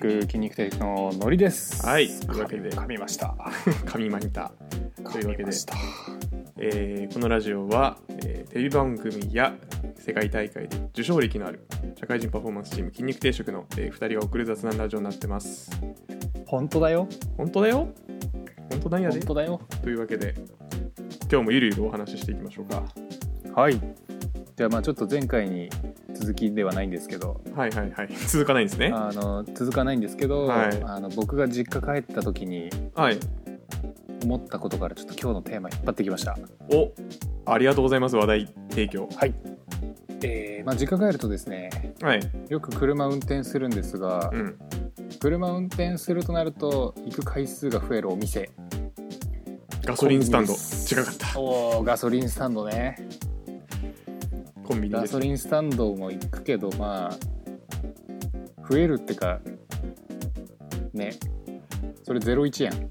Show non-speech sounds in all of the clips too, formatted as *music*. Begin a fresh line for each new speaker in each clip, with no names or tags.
生のノリです
はいというわけで
噛みました
神マニタというわけ
噛み
で
ました
えーこのラジオは、えーテレビ番組や世界大会で受賞歴のある社会人パフォーマンスチーム筋肉定食の、え2人が送る雑談ラジオになってます
本当だよ
本当だよ本当なんや
本
で
当だよ
というわけで今日もゆるゆるお話ししていきましょうか
はいではまあちょっと前回に続きではないんですけど
はいはいはい続かないんですね
あの続かないんですけど、
はい
あの僕が実家帰った時に
はい
思ったことからちょっと今日のテーマ引っ張ってきました
おありがとうございます話題提供
はいえーまあ、実家帰るとですね
はい
よく車運転するんですが、
うん
車運転するとなると行く回数が増えるお店
ガソリンスタンド
コンビニです
違かった
おおガソリンスタンドね
コンビニ
ガ
です
ソリンスタンドも行くけどまあ増えるってかねそれ01やん、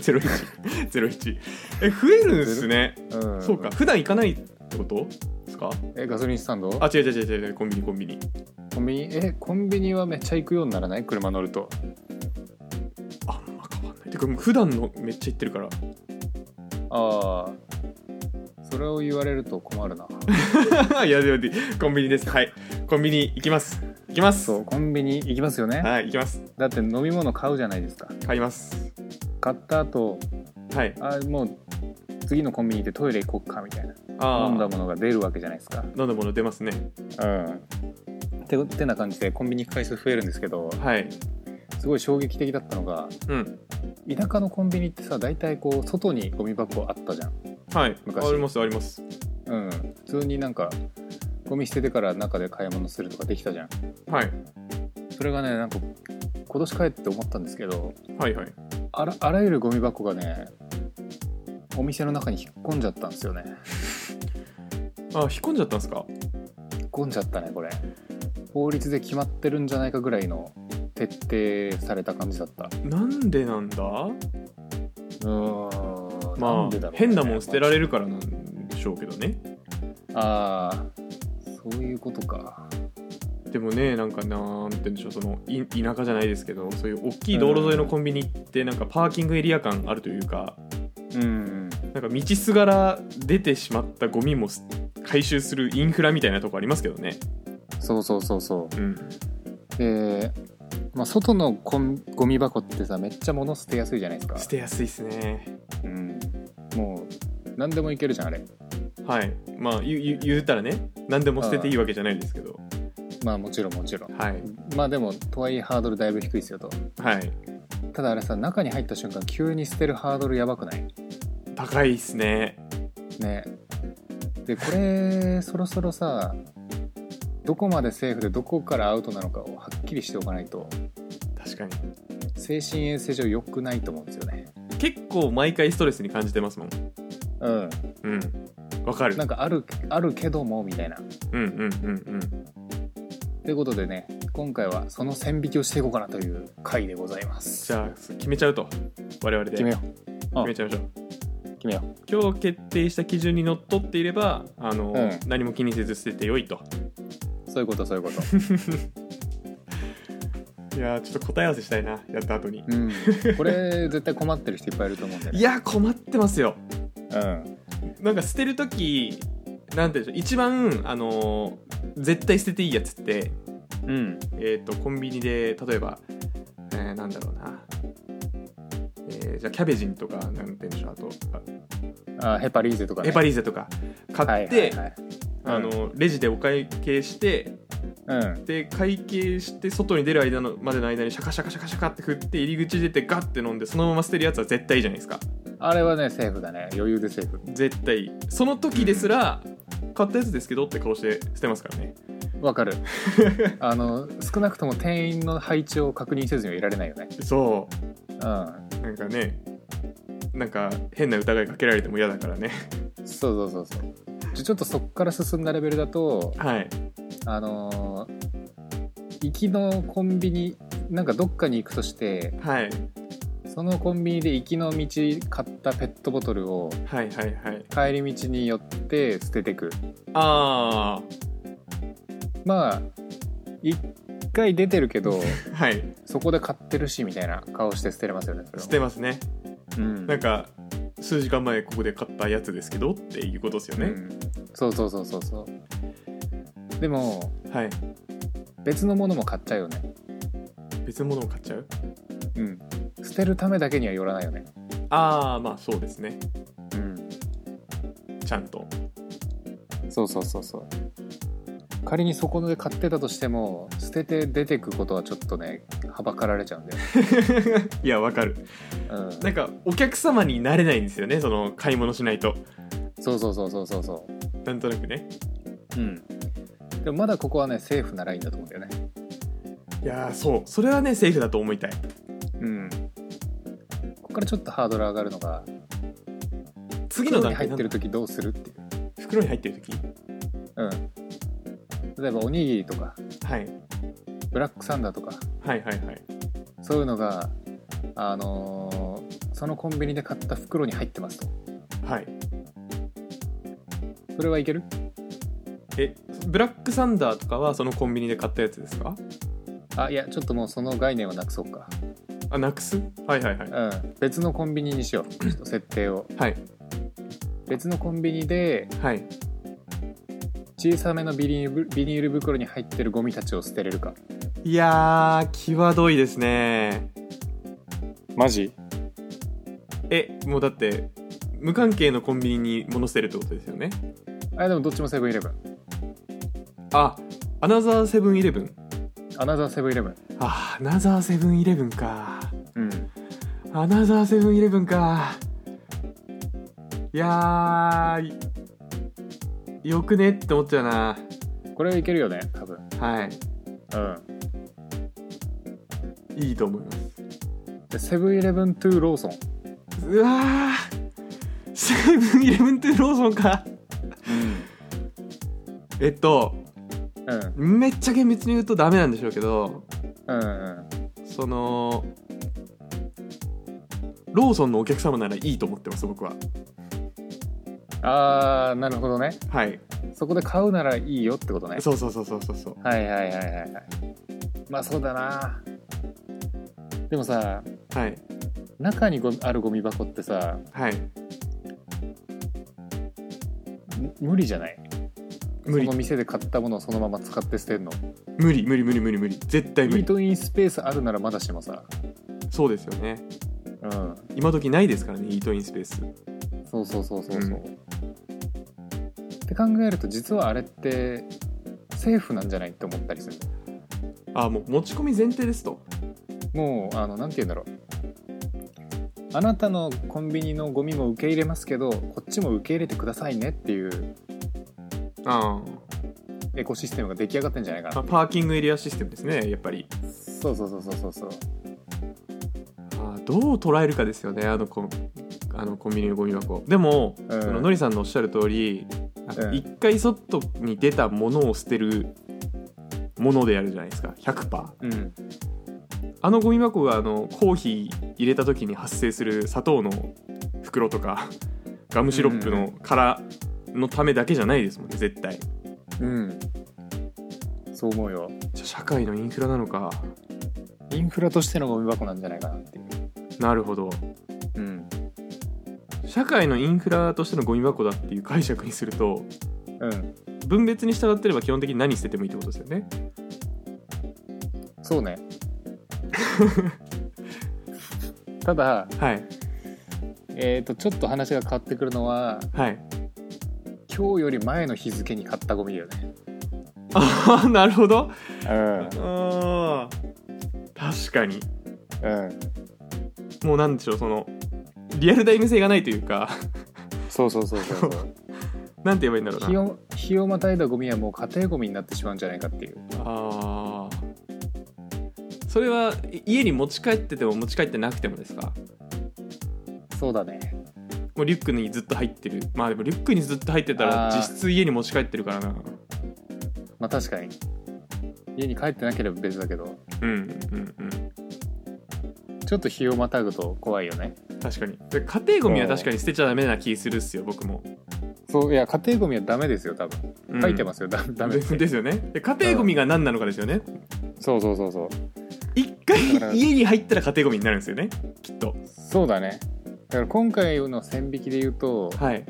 *laughs* ゼロ一ゼロ一。え増えるんですね。
うん、
そうか。普段行かないってことですか。
えガソリンスタンド
あ違う違う違う違うコンビニコンビニ。
コンビニえコンビニはめっちゃ行くようにならない車乗ると
あんま変わんない。てかもう普段のめっちゃ行ってるから。 *laughs*
ああそれを言われると
*laughs*
困るない
やでもコンビニです。はい。コンビニ行きます。行きます。
そうコンビニ行きますよね
はい行きます。
だって飲み物買うじゃないですか
買います。
買った後
はい。
あもう次のコンビニ行ってトイレ行こうかみたいな
あー
飲んだものが出るわけじゃないですか
飲んだもの出ますね。
うんててな感じでコンビニ行く回数増えるんですけど
はい。
すごい衝撃的だったのが
うん。
田舎のコンビニってさ大体こう外にゴミ箱あったじゃん、
はい。
昔
ありますあります。
うん、普通になんかゴミ捨ててから中で買い物するとかできたじゃん
はい
それがねなんか今年帰って思ったんですけど
はいはい。
あらあらゆるゴミ箱がねお店の中に引っ込んじゃったんですよね
あ引っ込んじゃったんですか。
引っ込んじゃったねこれ法律で決まってるんじゃないかぐらいの徹底された感じだった
なんでなんだ。
うーん
ま
な
あ
んでだろうね
変なもん捨てられるからなんでしょうけどね。
ああそういうことか
でもねなんかなんて言うんでしょうそのい田舎じゃないですけどそういう大きい道路沿いのコンビニってなんかパーキングエリア感あるというか
うん
なんか道すがら出てしまったゴミもす回収するインフラみたいなとこありますけどね
そうそうそうそう
うん
で、まあ、外のコンゴミ箱ってさめっちゃ物捨てやすいじゃないですか
捨、てやすいっすね
うん、もう何でもいけるじゃんあれ
はいまあ言う言う言ったらね何でも捨てていいわけじゃないですけど
まあもちろんもちろん
はい
まあでもとはいえハードルだいぶ低いですよと
はい
ただあれさ中に入った瞬間急に捨てるハードルやばくない
高いっすね
ねでこれそろそろさどこまでセーフでどこからアウトなのかをはっきりしておかないと
確かに
精神衛生上良くないと思うんですよね
結構毎回ストレスに感じてますもん
うん
うんわかる
なんかあるあるけどもみたいな
うんうんうんうん
ということでね今回はその線引きをしていこうかなという回でございます
じゃあ決めちゃうと我々で
決めよう
決めちゃいましょう
う決めよ
今日決定した基準にのっとっていればあの、
うん
何も気にせず捨ててよいと
うそういうことそういう *laughs* こと
いやーちょっと答え合わせしたいなやった後に、
うんこれ絶対困ってる人いっぱいいると思うんで
い
ね
やー困ってますよ
うん
なんか捨てる時なんていうんでしょう一番あのー絶対捨てていいやつって
うん
えっ、とコンビニで例えば、えーなんだろうなえーじゃあキャベジンとかなんて言うんでしょうあと
あヘパリーゼとか
あ
ね
ヘパ
リ
リーゼとか買って、
はいはい
あ
はい、
のレジでお会計して
うんうん
で会計して外に出る間のまでの間にシャカシャカシャカシャカって振って入り口出てガッて飲んでそのまま捨てるやつは絶対いいじゃないですか
あれはねセーフだね余裕でセーフ
絶対いいその時ですら、買ったやつですけどって顔して捨てますからね
わ *laughs* かるあの少なくとも店員の配置を確認せずにはいられないよね
そ
うん
うなんかねなんか変な疑いかけられても嫌だからね
そうそうそうそうじゃちょっとそっから進んだレベルだと
はい
あのー行きのコンビニなんかどっかに行くとして
はい
そのコンビニで行きの道買ったペットボトルを
はいはいはい
帰り道に寄って捨ててく
あ
まあ一1回出て
*laughs*
るけど
はい
そこで買ってるしみたいな顔して捨てれますよねそれは
捨てますね
うん
なんか数時間前ここで買ったやつですけどっていうことですよ
う
ね、
んそうそうそうそうそうでも
はい
別のものも買っちゃうよね
別のものを買っちゃう
うん捨てるためだけにはよらないよね
ああまあそうですね
うん
ちゃんと
そうそうそうそう仮にそこで買ってたとしても捨てて出てくことはちょっとねはばかられちゃうんだよ、
いやわかる
うん、
なんかお客様になれないんですよねその買い物しないと
そうそうそうそうそうそ
なんとなくね
ううんでもまだここはねセーフなラインだと思うんだよね
いやーそうそれはねセーフだと思いたい
うんここからちょっとハードル上がるのが
次の
袋に
段
入
階
っ
なん
て
だ
る時どうするっていう
袋に入ってる時
うん例えばおにぎりとか
はい
ブラックサンダーとか
はいはいはい
そういうのがあのーそのコンビニで買った袋に入ってますと
はい
それはいける
えブラックサンダーとかはそのコンビニで買ったやつですか
あいやちょっともうその概念はなくそうか
あなくすはいはいはい
うん別のコンビニにしようちょっと設定を
はい
別のコンビニで
はい
小さめのビニールビニール袋に入ってるゴミたちを捨てれるか
いやー際どいですね
マジ
えもうだって無関係のコンビニに物捨てるってことですよね
あでもどっちもセブンイレブン
あアナザーセブンイレブン
アナザーセブンイレブン
あアナザーセブンイレブンか
うん
アナザーセブンイレブンかいやーいよくねって思っちゃうな
これはいけるよね多分
は
うん
いいいと思います
でセブンイレブントゥローソン
うわーセブンイレブンってローソンかえっと
うん
めっちゃ厳密に言うとダメなんでしょうけど
うんうん
そのローソンのお客様ならいいと思ってます僕は
あーなるほどね
はい
そこで買うならいいよってことね
そうそうそうそうそうそう
はいはいはいはいはいまあそうだなでもさ
はい
中にゴミあるゴミ箱ってさ
はい
む無理じゃない
無理
その店で買ったものをそのまま使って捨てるの
無理無理無理無理無理絶対無
イー
理
トインスペースあるならまだしもさ
そうですよね
うん
今時ないですからねイートインスペース
そうそうそうそうそう、
うん
って考えると実はあれってセーフなんじゃないって思ったりする
あもう持ち込み前提ですと
もうあのなんて言うんだろうあなたのコンビニのゴミも受け入れますけどこっちも受け入れてくださいねっていう
あ
エコシステムが出来上がってんじゃないか
あ
な
パーキングエリアシステムですねやっぱり
そうそうそうそうそうそう
あどう捉えるかですよねあのコンあのコンビニのゴミ箱でも、
うん
そののりさんのおっしゃる通りあの
うん
一、回外に出たものを捨てるものであるじゃないですか100%
うん
あのゴミ箱があのコーヒー入れた時に発生する砂糖の袋とかガムシロップの殻のためだけじゃないですもんね絶対
うんそう思うよ
じゃあ社会のインフラなのか
インフラとしてのゴミ箱なんじゃないかなっていう
なるほど
うん
社会のインフラとしてのゴミ箱だっていう解釈にすると
うん
分別に従ってれば基本的に何捨ててもいいってことですよね
そう *laughs* ねただ
はい
えー、とちょっと話が変わってくるのは
はい
今日より前の日付に買ったゴミだよね
ああ *laughs* なるほど
うん
あー確かに
うん
もうなんでしょうそのリアルタイム性がないというか *laughs*
そうそうそうそうそう
なんて言えばいいんだろう
*laughs* 日
な
を日をまたいだゴミはもう家庭ゴミになってしまうんじゃないかっていう
あーそれはい家に持ち帰ってても持ち帰ってなくてもですか
そうだね
もうリュックにずっと入ってるまあでもリュックにずっと入ってたら
あー
実質家に持ち帰ってるからな
まあ確かに家に帰ってなければ別だけど
うんうんうん
ちょっと日をまたぐと怖いよね
確かにで家庭ゴミは確かに捨てちゃダメな気するっすよ僕も、
そういや家庭ゴミはダメですよ多分書いてますすよ、だ
う
ダ
ん
メ
*laughs* で
って
ですよねで家庭ゴミが何なのかですよね
そうそうそうそう
一
だから
回家に入ったら家庭ゴミになるんですよねきっと
そうだねだから今回の線引きで言うと
はい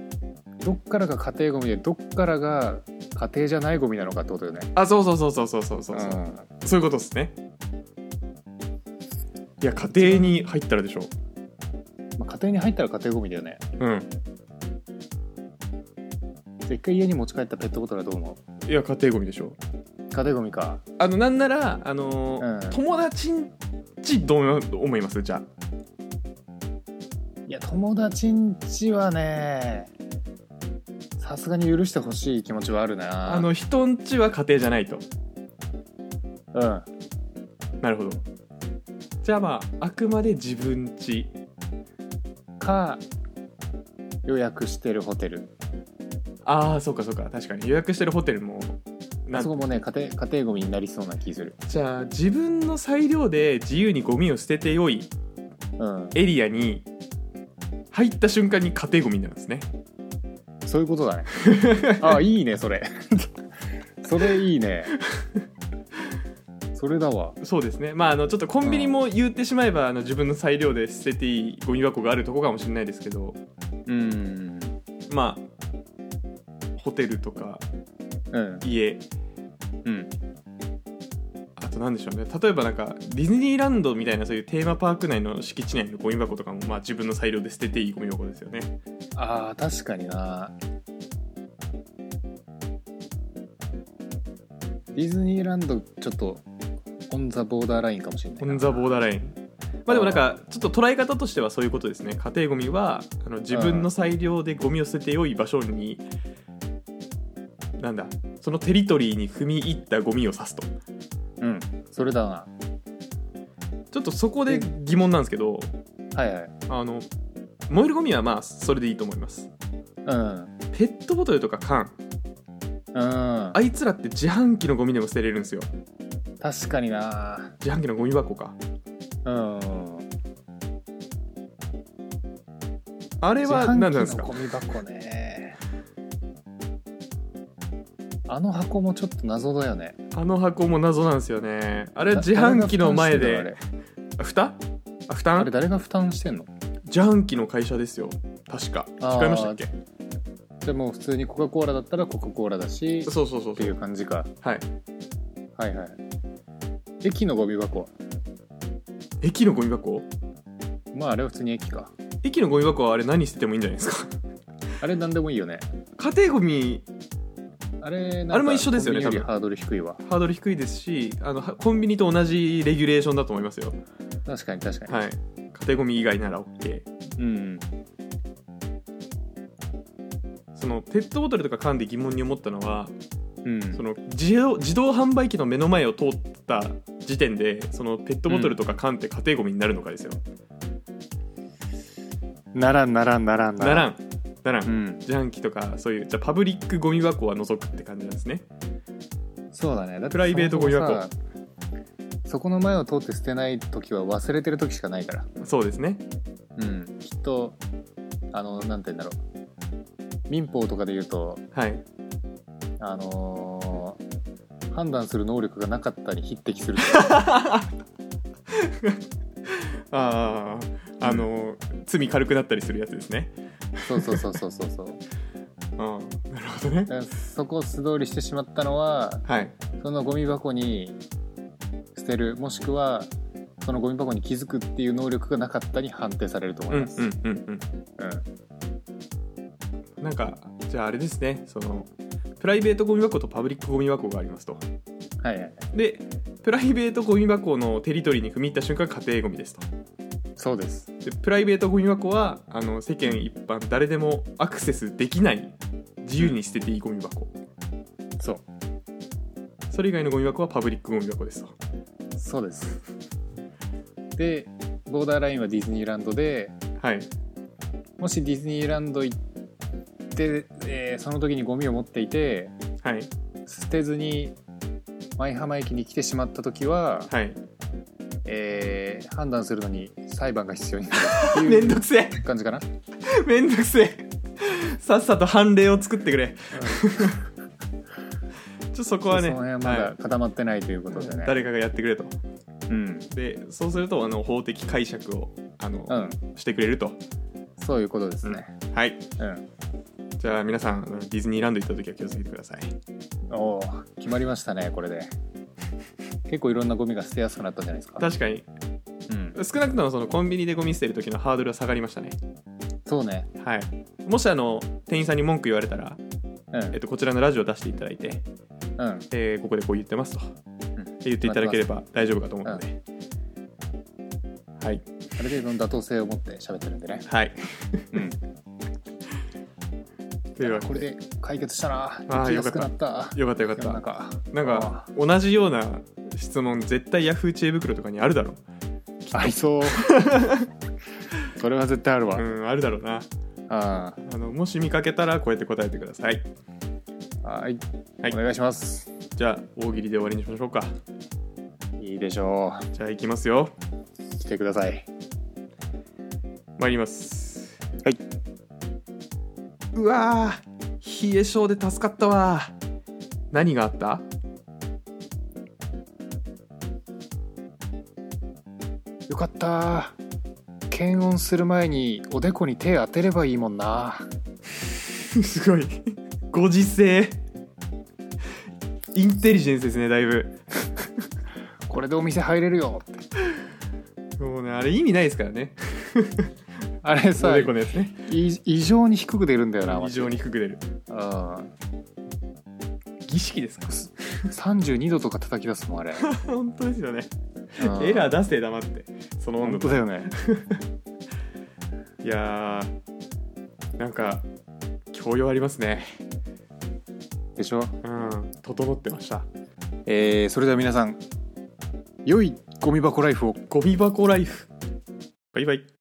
どっからが家庭ゴミでどっからが家庭じゃないゴミなのかってことよね
あそうそうそうそうそうそうそう、うんそういうことですねいや家庭に入ったらでしょ
まあ、家庭に入ったら家庭ゴミだよね
うん
じゃあ一回家に持ち帰ったペットボトルはどう思う
いや家庭ゴミでしょ
家庭ゴミか
あのなんならあのー
うん
友達んちどう思いますじゃあ
いや友達んちはねさすがに許してほしい気持ちはあるな
あの人んちは家庭じゃないと
うん
なるほどじゃあまああくまで自分ち
か予約してるホテル
ああそうかそうか確かに予約してるホテルもな
あそこもね家庭家庭ゴミになりそうな気する
じゃあ自分の裁量で自由にゴミを捨ててよい
うん
エリアに入った瞬間に家庭ゴミになるんですね
そういうことだねあいいねそれ *laughs* それいいねそれだわ
そうですねまああのちょっとコンビニも言ってしまえば、あの自分の裁量で捨てていいゴミ箱があるとこかもしれないですけど
うん
まあホテルとか
うん
家
うん
あと何でしょうね例えばなんかディズニーランドみたいなそういうテーマパーク内の敷地内のゴミ箱とかも、まあ、自分の裁量で捨てていいゴミ箱ですよね
あー確かになディズニーランドちょっとオン・ザ・ボーダーラインかもしれない
オン・ザ・ボーダーラインまあでもなんかちょっと捉え方としてはそういうことですね家庭ゴミはあの自分の裁量でゴミを捨てて良い場所になんだそのテリトリーに踏み入ったゴミを指すと
うんそれだな
ちょっとそこで疑問なんですけど
はいはい
あの燃えるゴミはまあそれでいいと思います
うん
ペットボトルとか缶
う
あ
ん
いつらって自販機のゴミでも捨てれるんですよ
確かにな
自販機のゴミ箱か
うん
あれは何なんです
自
か
販機のゴミ箱ねあの箱もちょっと謎だよね
あの箱も謎なんですよねあれ
な
自販機の前
あれ
で
が
あ蓋あ蓋
負担してんのあれあれ誰が負担してんの
自販機の会社ですよ確か
あー
聞かれましたっけ
じゃあもう普通にコカ・コーラだったらコカ・コーラだしっ
そうそうそう
て
そ
いうう感じか
はい
はいはい駅のゴミ箱
駅のゴミ箱
まああれは普通に駅か
駅のゴミ箱はあれ何捨ててもいいんじゃないですか *laughs*
あれ何でもいいよね
家庭ゴミ
あれなんか
あれも一緒ですよね
コンビニ
多
り
分
ハードル低いわ
ハードル低いですしあのはコンビニと同じレギュレーションだと思いますよ
確かに確かに、
はい家庭ゴミ以外なら OK
うん
そのペットボトルとか缶で疑問に思ったのは
うん
その自動自動販売機の目の前を通った時点でそのペットボトルとか缶って家庭ゴミになるのかですよ、
ならんならんならん
なら
ん
んならん、
うん
自販機とかそういうじゃあパブリックゴミ箱は除くって感じなんですね
そうだねだって
プライベートゴミ箱
そもそもさそこの前を通って捨てない時は忘れてる時しかないから
そうですね
うんきっとあのなんて言うんだろう民法とかで言うと
はい
あのー判断する能力がなかったに匹敵する
あああの、罪軽くなったりするやつですね *laughs*
そうそうそうそうそうそう
うんなるほどね
だからそこを素通りしてしまったのは
はい
そのゴミ箱に捨てるもしくはそのゴミ箱に気づくっていう能力がなかったに判定されると
う
思
ん
いうます、
んうん
うん
うんなんかじゃああれですねそのプライベートゴミ箱とパブリックゴミ箱がありますと
はいはい
でプライベートゴミ箱のテリトリーに踏み入った瞬間家庭ゴミですと
そうです
でプライベートゴミ箱はあの世間一般誰でもアクセスできない自由に捨てていいゴミ箱
そう
それ以外のゴミ箱はパブリックゴミ箱ですと
そうです。で、ボーダーラインはディズニーランドで、
はい
もしディズニーランド行って、えーその時にゴミを持っていて、
はい
捨てずに舞浜駅に来てしまった時は、
はい
えー判断するのに裁判が必要になるって
*laughs* め
い
んどくせえ
う感じかな。
*laughs* めんどく *laughs* せえさっさと判例を作ってくれ、ちとそこはね
その辺はま
は
だ固まってないということでね、
誰かがやってくれと
うん
でそうするとあの法的解釈をあの、
うん
してくれると
そういうことですね
はい
うん、
じゃあ皆さんあのディズニーランド行った時は気をつけてください
おお決まりましたねこれで結構いろんなゴミが捨てやすくなったんじゃないですか
確かに
うん、
少なくともそのコンビニでゴミ捨てる時のハードルは下がりましたね
そうね
はいもしあの店員さんに文句言われたら、
うん、
えっと、こちらのラジオを出していただいて、
うん
えーここでこう言ってますと
うん
言っていただければ大丈夫かと思うので、はい
ある程度の妥当性を持って喋ってるんでね
はい
うん
というわけ
これで解決したな
あー
生きやすくなった
よかったよかった
世の中
なんか同じような質問絶対ヤフー知恵袋とかにあるだろ
あ
*laughs*
りそうそれは絶対あるわ、
ううんあるだろうな
あ
あのもし見かけたらこうやって答えてください
ーはい、
はい
お願いします
じゃあ大喜利で終わりにしましょうか
いいでしょ
じゃあ行きますよ
う来てください
参ります
はいう
わー冷え性で助かったわ何があった *laughs*
よかった検温する前におでこに手当てればいいもんな
すごいご時世インテリジェンスですねだいぶ
これでお店入れるよって
もうねあれ意味ないですからね
あれ
お
さ
でこのやつね
い異常に低く出るんだよなマ
非
ジで
常に低く出る
うん
儀式ですか
32度とか叩き出すもん
*laughs*
あれ
本当ですよねエ
エ
ラー
だ
出せ黙ってその温
本
度
当だよね
いやーなんか教養ありますね
でしょ
うん整ってました
えー、それでは皆さん良いゴミ箱ライフを
ゴミ箱ライフバイバイ